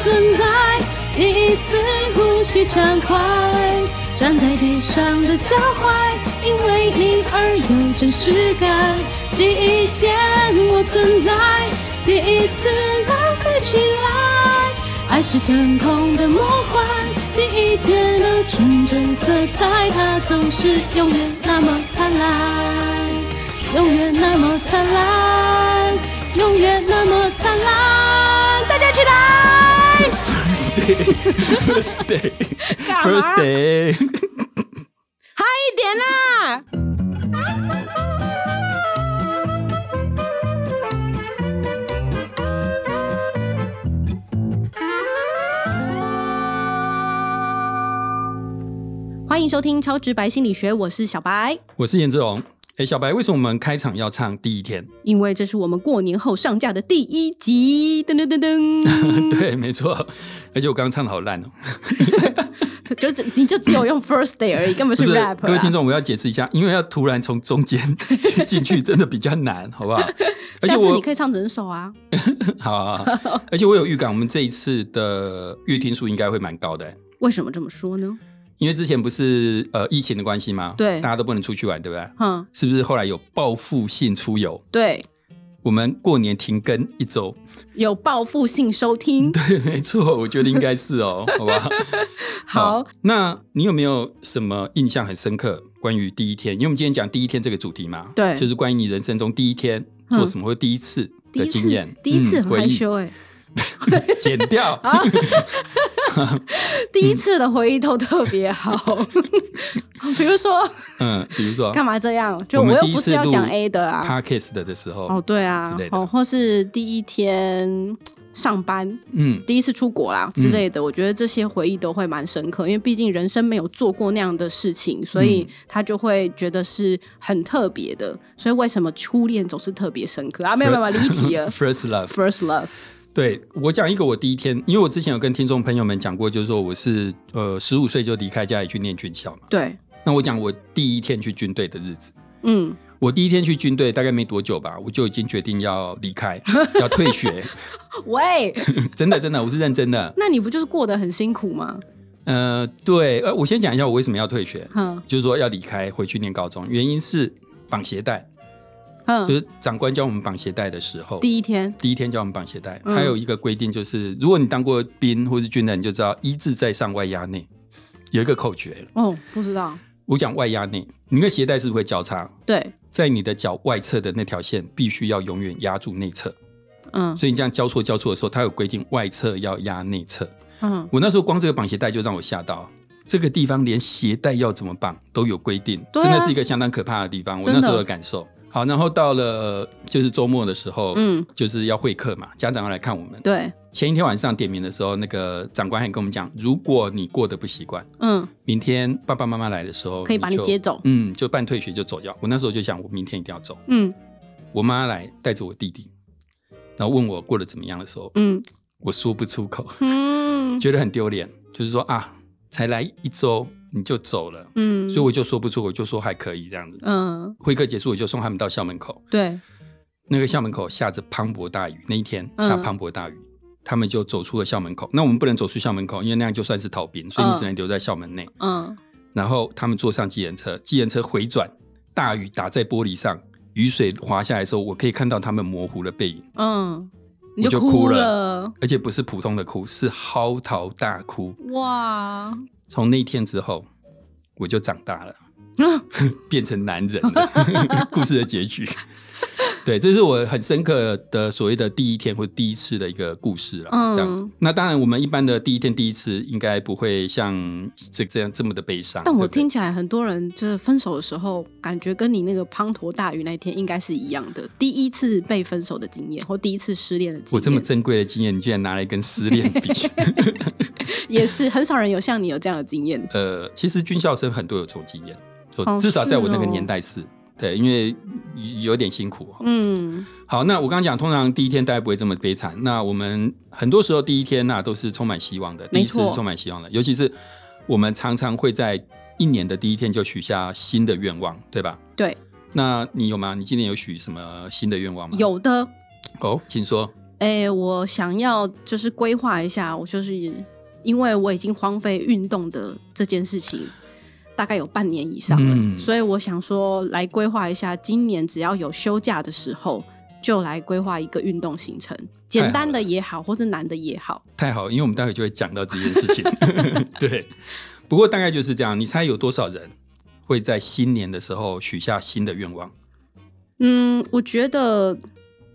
存在，第一次呼吸畅快，站在地上的脚踝，因为你而有真实感。第一天我存在，第一次浪费起来，爱是天空的魔幻，第一天的纯真色彩，它总是永远那么灿烂，永远那么灿烂，永远那么灿烂，大家起来！ First day，First 嘛 day， 嗨一点啦！欢迎收听《超直白心理学》，我是小白，我是颜志龙。哎，小白，为什么我们开场要唱第一天？因为这是我们过年后上架的第一集，噔噔噔 噔， 对，没错。而且我刚刚唱的好烂哦，就就你就只有用 first day 而已，根本 是是不是 rap 啊啦。各位听众，我要解释一下，因为要突然从中间 进进去，真的比较难，好 不好？而且下次我你可以唱整首啊，好好 好，而且我有预感，我们这一次的阅听数应该会蛮高的。为什么这么说呢？因为之前不是呃疫情的关系吗？对大家都不能出去玩，对不对？哼，是不是后来有报复性出游？对，我们过年停更一周， 有报复性收 听，对，没错，我觉得应该是哦，好吧。好，那你有没有什么印象很深刻关于第一天？因为我们今天讲第一天这个主题嘛，对就是关于你人生中第一天嗯做什么或第一次第的一经次验，，第一次嗯很回害忆，羞哎、 剪掉。 第一次的回忆都特别好。 比如说， 嗯，比如说干嘛这样？就我我们又第一不是次要录讲 A 的啊。 podcast 的的时候，哦，对啊之类，的哦，或是第一天上班、嗯，第一次出国啦之类的，我觉得这些回忆都会蛮深刻，因为毕竟人生没有做过那样的事情，所以他就会觉得是很特别的。所以为什么初恋总是特别深刻啊？没有没有，没有离题 了。 first love。 First love，对我讲一个我第一天，因为我之前有跟听众朋友们讲过，就是说我是呃十五岁就离开家里去念军校嘛。对，那我讲我第一天去军队的日子，嗯，我第一天去军队大概没多久吧，我就已经决定要离开，要 退学。喂，真的真的，我是认真的。那你不就是过得很辛苦吗？呃，对，呃，我先讲一下我为什么要退学，哼就是说要离开回去念高中，原因是绑鞋带，就哼，是长官教我们绑鞋带的时候。嗯第一天，第一天教我们绑鞋带，嗯还有一个规定就是，如果你当过兵或是军人，你就知道一字在上，外压内，有一个口诀。哦，不知道，我讲外压内，你的鞋带是不是会交叉？对，在你的脚外侧的那条线必须要永远压住内侧，嗯所以你这样交错交错的时候，它有规定外侧要压内侧。嗯，我那时候光这个绑鞋带就让我吓到，这个地方连鞋带要怎么绑都有规定，对啊真的是一个相当可怕的地方。我真的那时候的感受。好，然后到了就是周末的时候，嗯嗯，就是要会客嘛，家长要来看我们。对，前一天晚上点名的时候，那个长官还跟我们讲，如果你过得不习惯，嗯，明天爸爸妈妈来的时候可以把你就接走嗯，就办退学就走掉。我那时候就想，我明天一定要走。嗯我妈来带着我弟弟，然后问我过得怎么样的时候，嗯我说不出口，嗯觉得很丢脸，就是说啊，才来一周你就走了，嗯，所以我就说不出口，我就说还可以这样子。嗯，会客结束，我就送他们到校门口。对，那个校门口下着磅礴大雨，那一天嗯下磅礴大雨，他们就走出了校门口。那我们不能走出校门口，因为那样就算是逃兵，所以你嗯只能留在校门内。嗯，然后他们坐上计程车，计程车回转，大雨打在玻璃上，雨水滑下来的时候，我可以看到他们模糊的背影，嗯，你我就哭哭了，而且不是普通的哭，是嚎啕大哭。哇，从那天之后，我就长大了，啊变成男人了。 故事的结局，对，这是我很深刻的所谓的第一天或第一次的一个故事了。嗯这样子，那当然我们一般的第一天、第一次应该不会像这这样这么的悲伤。但我对不对听起来很多人就是分手的时候，感觉跟你那个滂沱大雨那天应该是一样的，第一次被分手的经验或第一次失恋的经验，我这么珍贵的经验，你居然拿来跟失恋 比？也是很少人有像你有这样的经验，呃，其实军校生很多有这种经验，就哦至少在我那个是哦年代是，对，因为有有点辛苦、哦。嗯。好，那我刚刚讲，通常第一天大家不会这么悲惨。那我们很多时候第一天呐、都是充满希望的，第没一错次是充满希望的，尤其是我们常常会在一年的第一天就许下新的愿望，对吧？对，那你有吗？你今年有许什么新的愿望吗？有的哦，请说。哎、我想要就是规划一下，我就是因为我已经荒废运动的这件事情，大概有半年以上了，嗯所以我想说来规划一下，今年只要有休假的时候，就来规划一个运动行程，简单的也好，或者难的也好。太好了，因为我们待会就会讲到这件事 情。对，不过大概就是这样。你猜有多少人会在新年的时候许下新的愿望？嗯，我觉得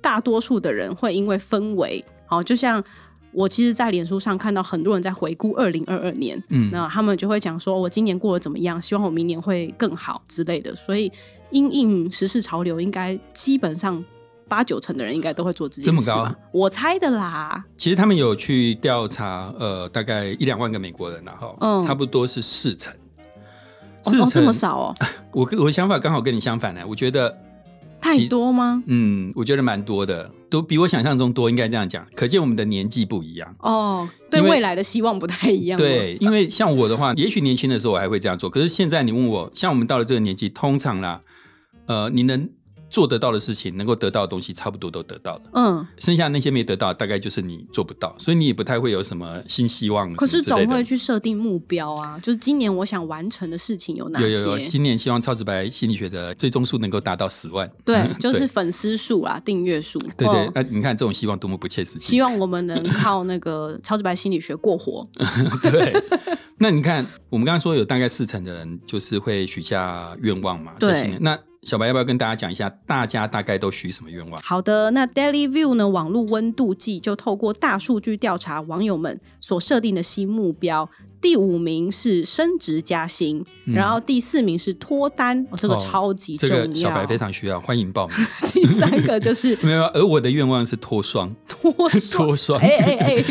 大多数的人会因为氛围，好，就像我其实，在脸书上看到很多人在回顾二零二二年，嗯，那他们就会讲说，我今年过得怎么样，希望我明年会更好之类的。所以，因应时事潮流，应该基本上八九成的人应该都会做这啊件这么事高吧？我猜的啦。其实他们有去调查，呃，大概一两万个美国人、然后、嗯差不多是四成。哦四成、哦，这么少哦，我跟我的想法刚好跟你相反呢、啊我觉得，太多吗？嗯，我觉得蛮多的，都比我想象中多，应该这样讲。可见我们的年纪不一样。哦，对因为未来的希望不太一样。，对，因为像我的话，也许年轻的时候我还会这样做，可是现在你问我，像我们到了这个年纪，通常啦，呃，你能做得到的事情，能够得到的东西，差不多都得到了，嗯，剩下那些没得到，大概就是你做不到，所以你也不太会有什么新希望什可么之是类的。总会去设定目标啊，就是今年我想完成的事情有哪有些？有有，新年希望超直白心理学的最终数能够达到十万。 对，就是粉丝数啦，订阅数。对对哦，那、你看这种希望多么不切实际。希望我们能靠那个超直白心理学过活。 对，那你看，我们刚刚说有大概四成的人就是会许下愿望嘛。对在新年那小白要不要跟大家讲一下，大家大概都许什么愿望？好的，那 Daily View 呢？网络温度计就透过大数据调查网友们所设定的新目标，第五名是升职加薪，嗯然后第四名是脱单，哦、这个哦超级这重要。个小白非常需要，欢迎报名。 第三个就是没有，而我的愿望是脱双，脱双。脱双。哎哎哎！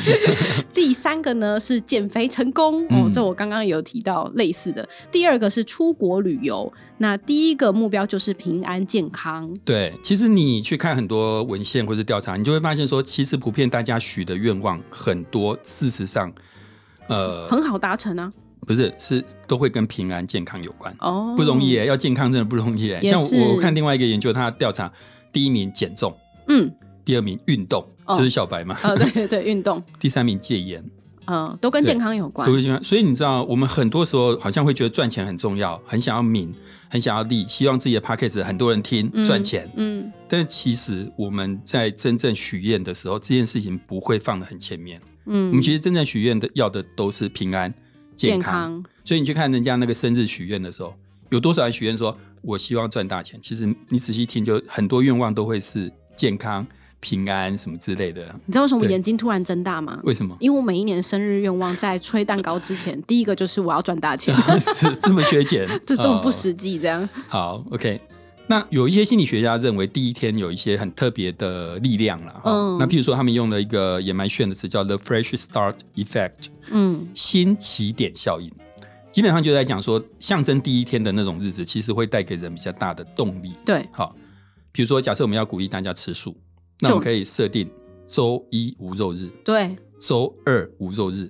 第三个呢是减肥成功哦，嗯这我刚刚有提到类似的。第二个是出国旅游，那第一个目标就是平安健康。对，其实你去看很多文献或是调查，你就会发现说，其实普遍大家许的愿望很多，事实上，呃，很好达成啊！不是是都会跟平安健康有关。哦，不容易。耶，要健康真的不容易耶。也像是我我看另外一个研究，他调查第一名减重，嗯，第二名运动，哦就是小白嘛，呃，对对对，运动， 第三名戒烟，嗯，都跟健康有关都。会健康。所以你知道，我们很多时候好像会觉得赚钱很重要，很想要名，很想要利，希望自己的 p a c k a g e 很多人听嗯赚钱。嗯，但其实我们在真正许愿的时候，这件事情不会放得很前面。嗯我们其实真正许愿的要的都是平安、健健康。所以你去看人家那个生日许愿的时候，有多少人许愿说我希望赚大钱？其实你仔细听，就很多愿望都会是健康、平安什么之类的。你知道为什么我对眼睛突然睁大吗？？为什么 因为我每一年生日愿望在吹蛋糕之前，第一个就是我要赚大 钱，是这么缺钱，就 这么不哦实际这样。好，OK。那有一些心理学家认为，第一天有一些很特别的力量了。哦嗯那譬如说，他们用了一个也蛮炫的词，叫 “the fresh start effect”，嗯新起点效应。基本上就在讲说，象征第一天的那种日子，其实会带给人比较大的动力。对，好，比如说，假设我们要鼓励大家吃素，那就我们可以设定周一无肉日、对，周二无肉日、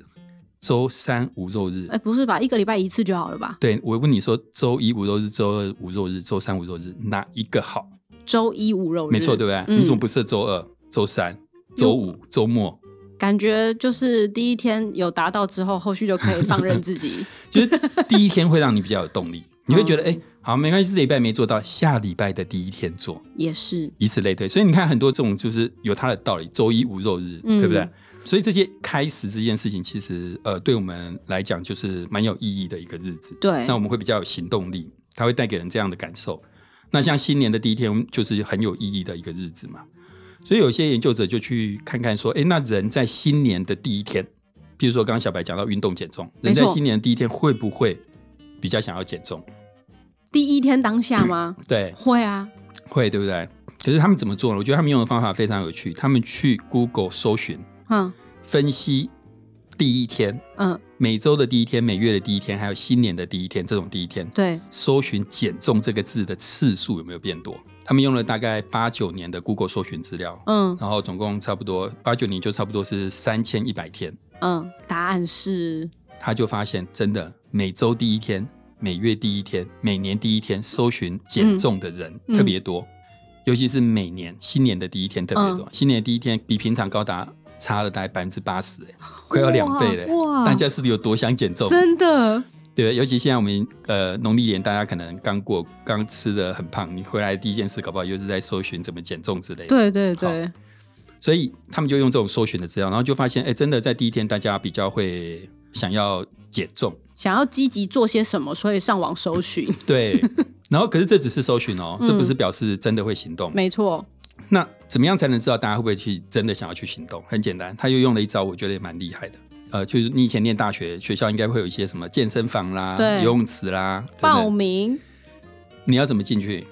周三无肉日。哎，不是吧？一个礼拜一次就好了吧？对我问你说，周一无肉日、周二无肉日、周三无肉日，哪一个好？周一无肉日，没错，对不对？嗯你怎么不设周二、周三、周五、周末？感觉就是第一天有达到之后，后续就可以放任自 己。就是第一天会让你比较有动力，你会 觉嗯得哎、好，没关系，这礼拜没做到，下礼拜的第一天做，也是，以此类推。所以你看，很多这种就是有它的道理，周一无肉日，嗯对不对？所以这些开始这件事情，其实呃，对我们来讲就是蛮有意义的一个日子。对那，我们会比较有行动力，它会带给人这样的感受。那像新年的第一天，就是很有意义的一个日子嘛。所以有些研究者就去看看说，诶，那人在新年的第一天，譬如说刚刚小白讲到运动减重，没人错在新年的第一天会不会比较想要减重？第一天当下吗？对，会啊，会，对不对？可是他们怎么做呢？我觉得他们用的方法非常有趣，他们去 Google 搜寻嗯分析第一天、嗯，每周的第一天、每月的第一天，还有新年的第一天这种第一天，对，搜寻“减重”这个字的次数有没有变多？他们用了大概八九年的 Google 搜寻资料，嗯然后总共差不多八九年就差不多是三千一百天，嗯，答案是他就发现真的每周第一天、每月第一天、每年第一天搜寻减重的人嗯特别多。尤其是每年新年的第一天特别嗯多，新年的第一天比平常高达差了大概百分之八十，哎，快要两倍了、哇欸。大家是有多想减重？真的，对，尤其现在我们呃农历年，大家可能刚过刚吃的很胖，你回来第一件事搞不好又是在搜寻怎么减重之类的。，对对对，所以他们就用这种搜寻的资料，然后就发现，哎，真的在第一天大家比较会想要减重，想要积极做些什么，所以上网搜寻， 对。然后可是这只是搜寻哦，这不是嗯表示真的会行动。没错，那怎么样才能知道大家会不会去真的想要去行动？很简单，他又用了一招，我觉得也蛮厉害的。呃，就是你以前念大学，学校应该会有一些什么健身房啦、对游泳池啦等报等。名你要怎么进去？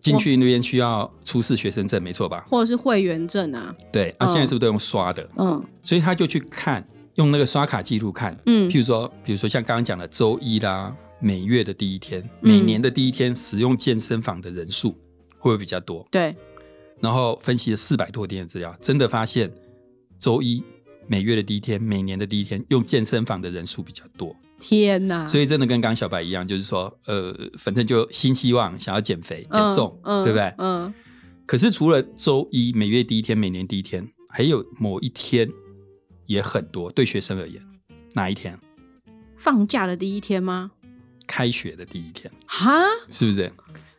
进去那边需要出示学生证，没错吧？或者是会员证啊，对，啊，嗯现在是不是都用刷的？嗯所以他就去看，用那个刷卡记录看。嗯譬如说，比如说像刚刚讲的周一啦，每月的第一天，嗯每年的第一天，使用健身房的人数会不会比较多？对，然后分析了四百多天的资料，真的发现周一每月的第一天、每年的第一天用健身房的人数比较多，天哪，所以以真的跟刚刚小白一样，就是说，呃，反正就新希望，想要减肥、减重，对不对？嗯，可是除了周一每月第一天、每年第一天，还有某一天也很多，对学生而言，哪一天？放假的第一天吗？开学的第一天，哈，是不是？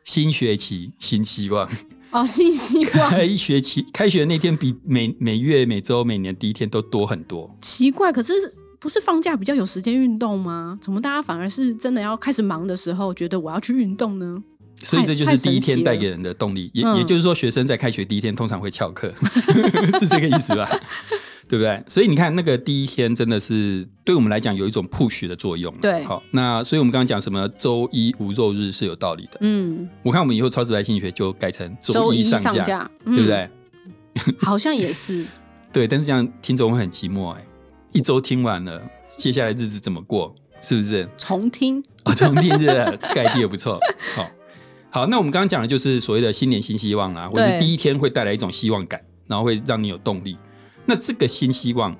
新学期新希 望，哦，信息化，开学期开学那天比每每月、每周、每年第一天都多很多。 奇怪，可是不是放假比较有时间运动吗？怎么大家反而是真的要开始忙的时候，觉得我要去运动呢？所以这就是第一天太太带神奇给了人的动力，也嗯也就是说，学生在开学第一天通常会翘 课，是这个意思吧？ 对不对？所以你看，那个第一天真的是对我们来讲有一种 push 的作用。啊对好，那所以我们刚刚讲什么周一无肉日是有道理的。嗯，我看我们以后超直白心理学就改成周一上架，架，嗯对不？对？ 好像也是，对，但是这样听众会很寂寞哎、一周听完了，接下来日子怎么过？是不是？重听，哦，重听是不是 这个 idea 不错。好、好，那我们刚刚讲的就是所谓的新年新希望啦，或者是对第一天会带来一种希望感，然后会让你有动力。那这个新希望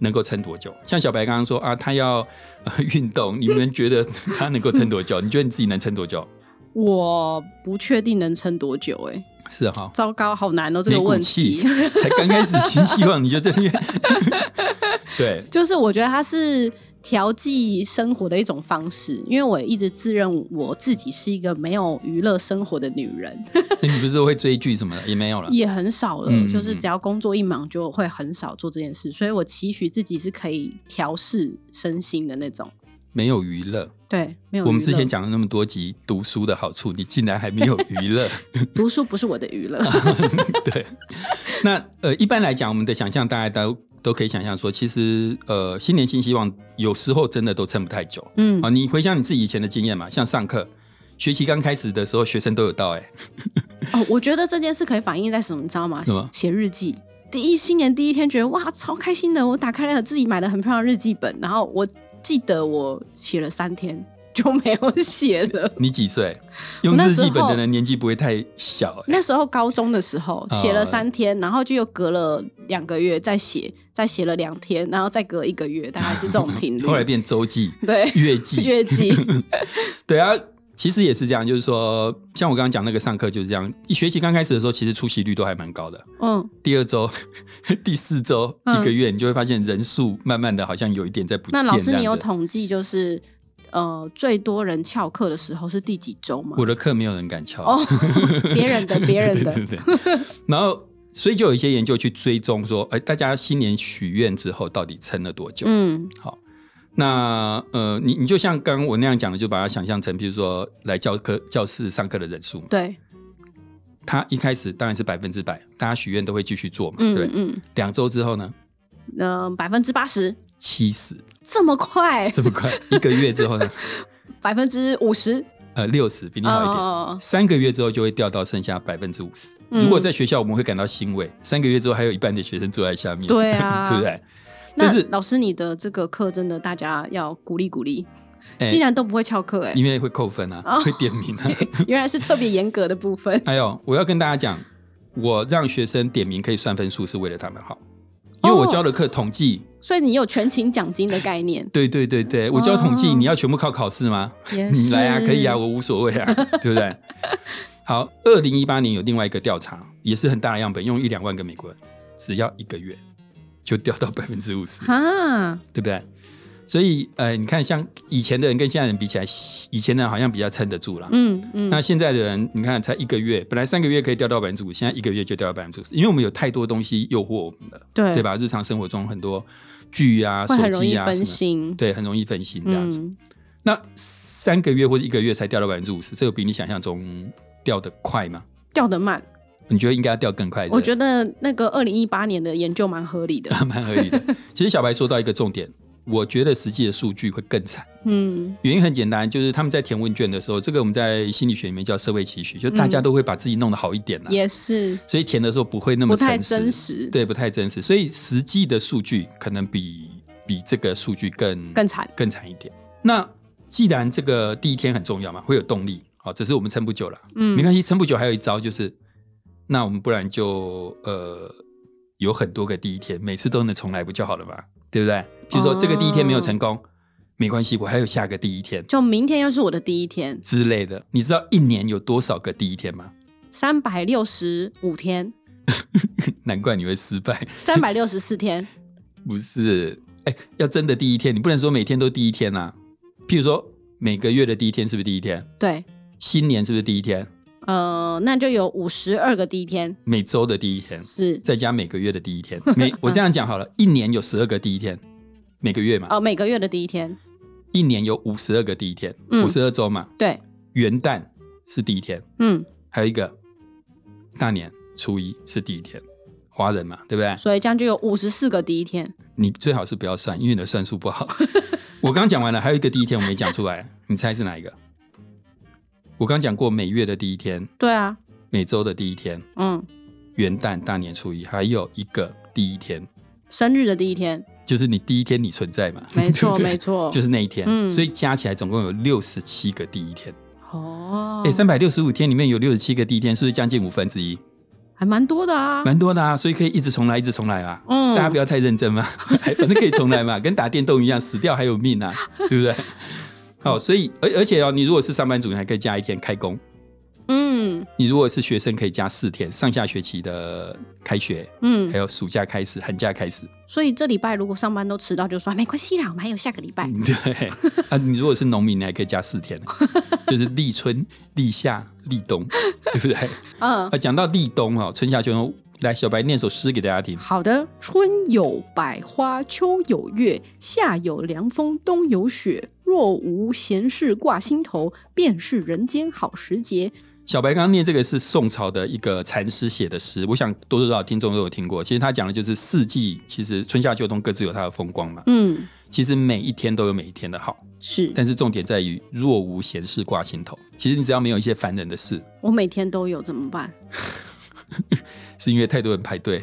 能够撑多久？像小白刚刚说啊，他要、呃、运动，你们觉得 他能够撑多久？你觉得你自己能撑多久？我不确定能撑多久、欸，哎，是哈、糟糕，好难哦，这没个骨问气题。，才刚开始新希望你就这 边，对，就是我觉得它是调剂生活的一种方式，因为我一直自认我自己是一个没有娱乐生活的女人， 那 你不是会追剧什么的也没有了，也很少了。啊嗯嗯就是嗯只要工作一忙，就会很少做这件事，所以我期许自己是可以调试身心的那种。没有娱乐。对，没有娱乐。我们之前讲了那么多集读书的好处，你竟然还没有娱乐。 读书不是我的娱乐，对，那呃，一般来讲，我们的想象大概都都可以想象说，其实呃，新年新希望有时候真的都撑不太久嗯啊。，你回想你自己以前的经验嘛，像上课学期刚开始的时候，学生都有到哎、哦，我觉得这件事可以反映在什么，你知道吗什么？写日记。第一新年第一天，觉得哇超开心的，我打开了自己买的很漂亮的日记本，然后我记得我写了三天就没有写 了。你几岁？用我那日时记本的候人年纪不会太小、欸，那时候高中的时候写了三天，然后就又隔了两个月再写，再写了两天，然后再隔一个月，大概是这种频率。 后来变周记、对月记、月记， 对啊，其实也是这样，就是说，像我刚刚讲那个上课就是这样，一学期刚开始的时候，其实出席率都还蛮高的。嗯，第二周、 第四周、嗯一个月，你就会发现人数慢慢的好像有一点在不见那这老样子。师你有统计就是呃最多人翘课的时候是第几周吗？我的课没有人敢翘，哦，别人 的别 人的，对对对对。然后，所以就有一些研究去追踪说，哎，大家新年许愿之后到底撑了多久？嗯好，那呃，你你就像刚刚我那样讲的，就把它想象成，比如说来教课教室上课的人数嘛，对，他一开始当然是百分之百，大家许愿都会继续做嘛，对嗯不对。嗯，两周之后呢，嗯，百分之八十七十这么快，这么快， 一个月之后呢，百分之五十，呃，六十比你好一点。哦，三个月之后就会掉到剩下百分之五十。嗯如果在学校，我们会感到欣慰。三个月之后，还有一半的学生坐在下面，对啊 对不对？但那是老师你的这个课真的大家要鼓励鼓励，哎既然都不会翘课，哎，因为会扣分啊，哦会点名 啊。原来是特别严格的部 分还有，我要跟大家讲，我让学生点名可以算分数，是为了他们好。因为我哦教的课统计，，所以你有全勤奖金的概念对对对对，我教统计，哦你要全部靠考试吗？也嗯你来啊，可以啊， 是我无所谓啊，对不对？好，二零一八年有另外一个调查，也是很大的样本，用一两万个美国人，只要一个月就掉到百分之五十，啊，对不对？所以，呃，你看，像以前的人跟现在人比起来，以前的人好像比较撑得住啦。嗯嗯，那现在的人，你看才一个月，本来三个月可以掉到百分之五，现在一个月就掉到百分之五十，因为我们有太多东西诱惑我们了，对对？吧？日常生活中很多剧啊、会手很容机易啊什分么，心，对，很容易分心这样子。嗯，那三个月或者一个月才掉到百分之五十，这个比你想象中掉得快吗？掉得慢。你觉得应该要掉更快？我觉得得那个二零一八年的研究蛮合理的，蛮 合理的。其实小白说到一个重点，我觉得实际的数据会更惨。 嗯原因很简单，就是他们在填问卷的时候，这个我们在心理学里面叫社会期许，就大嗯家都会把自己弄得好一点啦、也是所以填的时候不会那么不太诚实真实，对，不太真实，所以实际的数据可能比比这个数据更更惨。更惨一点。那既然这个第一天很重要嘛，会有动力，好、只是我们撑不久了，嗯没关系，撑不久还有一招就是，那我们不然就呃有很多个第一天，每次都能重来不就好了嘛，对不对？比如说这个第一天没有成功，没关系，我还有下个第一天。就明天又是我的第一天，之类的。你知道一年有多少个第一天吗？ 三百六十五天，难怪你会失败，三百六十四天， 不是？哎、要真的第一天，你不能说每天都第一天啊。譬如说每个月的第一天是不是第一天？对，新年是不是第一天？呃，那就有五十二个第一天每周的第一天，是再加每个月的第 一天。每我这样讲好了，一年有十二个第一天，每个月嘛，哦，每个月的第一天，一年有五十二个第一天，嗯五十二周嘛。对，元旦是第一天，嗯，还有一个大年初一是第一天，华人嘛，对不对？所以这样就有五十四个第一天，你最好是不要算，因为你的算术 不好。我刚讲完了，还有一个第一天我没讲出来，你猜是哪一个？我刚讲过每月的第一天、对啊，每周的第一天、嗯，元旦、大年初一，还有一个第一天，生日的第一天， 就是你第一天你存在嘛， 没错 对不对没错就是那一天。嗯所以加起来总共有六十七个第一天。哦，哎、三百六十五天里面有六十七个第一天，是不是将近五分之一？还蛮多的啊，蛮多的啊，所以可以一直重来，一直重来啊。嗯大家不要太认真 嘛，还反正可以重来嘛，跟打电动一样，死掉还有命啊，对 不对？嗯好，所以而而且哦，你如果是上班族，你还可以加一天开工；嗯你如果是学生，可以加四天，上下学期的开学，嗯还，有暑假开始、寒假开始。所以这礼拜如果上班都迟到就算没关系啦，我们还有下个礼嗯拜， 对啊，你如果是农民，你还可以加四天， 就是立春、立夏、立冬， 对不对？嗯，啊，讲到立冬哦，春夏秋冬，来，小白念首诗给大家听。好的，春有百花，秋有月，夏有凉风，冬有雪。若无闲事挂心头，便是人间好时节。小白刚刚念这个是宋朝的一个禅师写的诗，我想多多少少听众都有听过。其实他讲的就是四季，其实春夏秋冬各自有它的风光嘛。嗯，其实每一天都有每一天的好，是但是重点在于若无闲事挂心头。其实你只要没有一些烦人的事，我每天都有，怎么办？是因为太多人排队，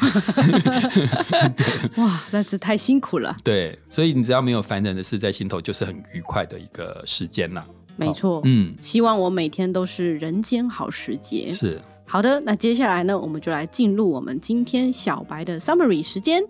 哇，那是太辛苦了。对，所以你只要没有烦人的事在心头，就是很愉快的一个时间啦。没错，嗯，希望我每天都是人间好时节。是。好的，那接下来呢，我们就来进入我们今天小白的 summary 时间。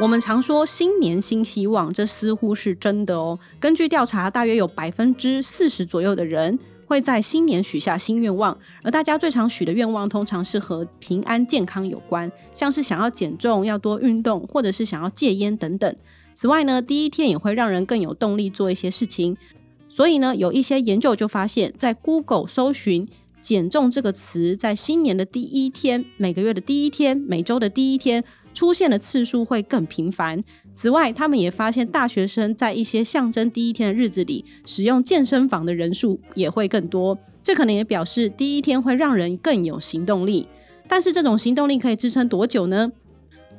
我们常说新年新希望，这似乎是真的哦。根据调查，大约有百分之四十左右的人会在新年许下新愿望，而大家最常许的愿望通常是和平安健康有关，像是想要减重、要多运动，或者是想要戒烟等等。此外呢，第一天也会让人更有动力做一些事情，所以呢，有一些研究就发现，在 Google 搜寻“减重”这个词，在新年的第一天、每个月的第一天、每周的第一天出现的次数会更频繁。此外，他们也发现，大学生在一些象征第一天的日子里，使用健身房的人数也会更多。这可能也表示第一天会让人更有行动力。但是，这种行动力可以支撑多久呢？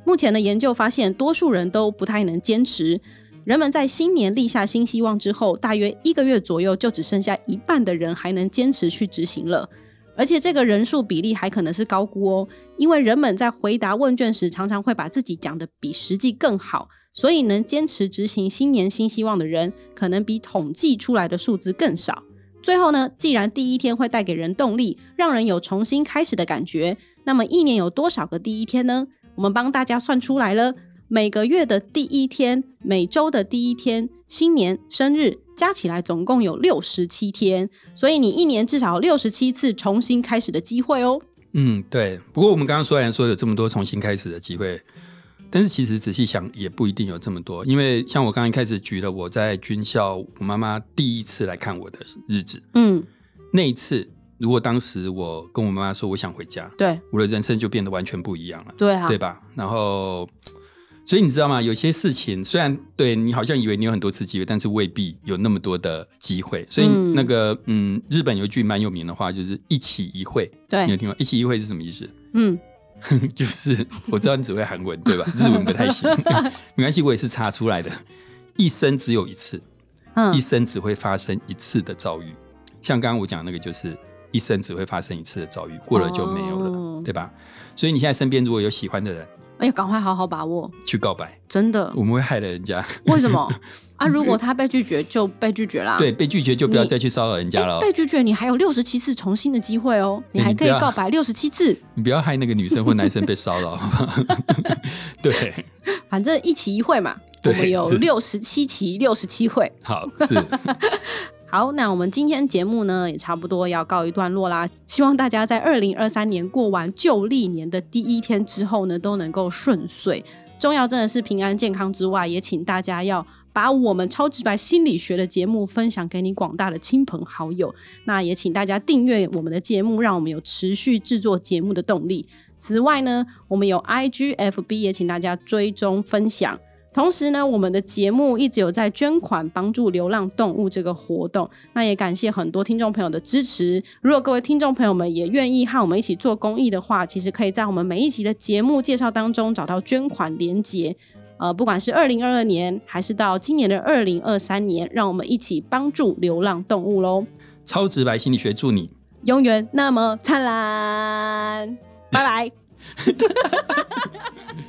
目前的研究发现，多数人都不太能坚持，人们在新年立下新希望之后，大约一个月左右，就只剩下一半的人还能坚持去执行了。而且这个人数比例还可能是高估哦，因为人们在回答问卷时，常常会把自己讲的比实际更好，所以能坚持执行新年新希望的人，可能比统计出来的数字更少。最后呢，既然第一天会带给人动力，让人有重新开始的感觉，那么一年有多少个第一天呢？我们帮大家算出来了，每个月的第一天、每周的第一天、新年、生日加起来总共有六十七天，所以你一年至少六十七次重新开始的机会哦。嗯，对。不过我们刚刚虽然说有这么多重新开始的机会，但是其实仔细想也不一定有这么多，因为像我刚一开始举了我在军校我妈妈第一次来看我的日子，嗯，那一次如果当时我跟我妈妈说我想回家，对我的人生就变得完全不一样了，对啊，对吧？然后，所以你知道吗？有些事情虽然对你好像以为你有很多次机会，但是未必有那么多的机会。所以嗯那个嗯日本有一句蛮有名的话，就是“一起一会”。你有对，听过“一起一会”是什么意思？ 嗯，就是我知道你只会韩文 对吧？日文不太行， 没关系，我也是查出来的。一生只有一次，嗯一生只会发生一次的遭遇。像刚刚我讲的那个，就是一生只会发生一次的遭遇，过了就没有了，哦对吧？所以你现在身边如果有喜欢的人哎呀，赶快好好把握，去告白，真 的。我们会害了人家。为什 么啊？如果他被拒绝，就被拒绝啦。对，被拒绝就不要你再去骚扰人家啊哎，了哦，被拒绝，你还有六十七次重新的机会哦，你哎还你可不以要告白六十七次，你不要害那个女生或男生被骚扰。 对，反正一期一会嘛。我对们有是六十七期、六十七会。好 是，好，那我们今天节目呢也差不多要告一段落啦。希望大家在二零二三年过完旧历年的第一天之后呢，都能够顺遂。重要真的是平安健康之外，也请大家要把我们超直白心理学的节目分享给你广大的亲朋好友。那也请大家订阅我们的节目，让我们有持续制作节目的动力。此外呢，我们有 IG、FB，也请大家追踪分享。同时呢，我们的节目一直有在捐款帮助流浪动物这个活动，那也感谢很多听众朋友的支持。如果各位听众朋友们也愿意和我们一起做公益的话，其实可以在我们每一集的节目介绍当中找到捐款连结。呃，不管是二零二二年，还是到今年的二零二三年，让我们一起帮助流浪动物喽，超直白心理学，祝你永远那么灿烂，拜拜。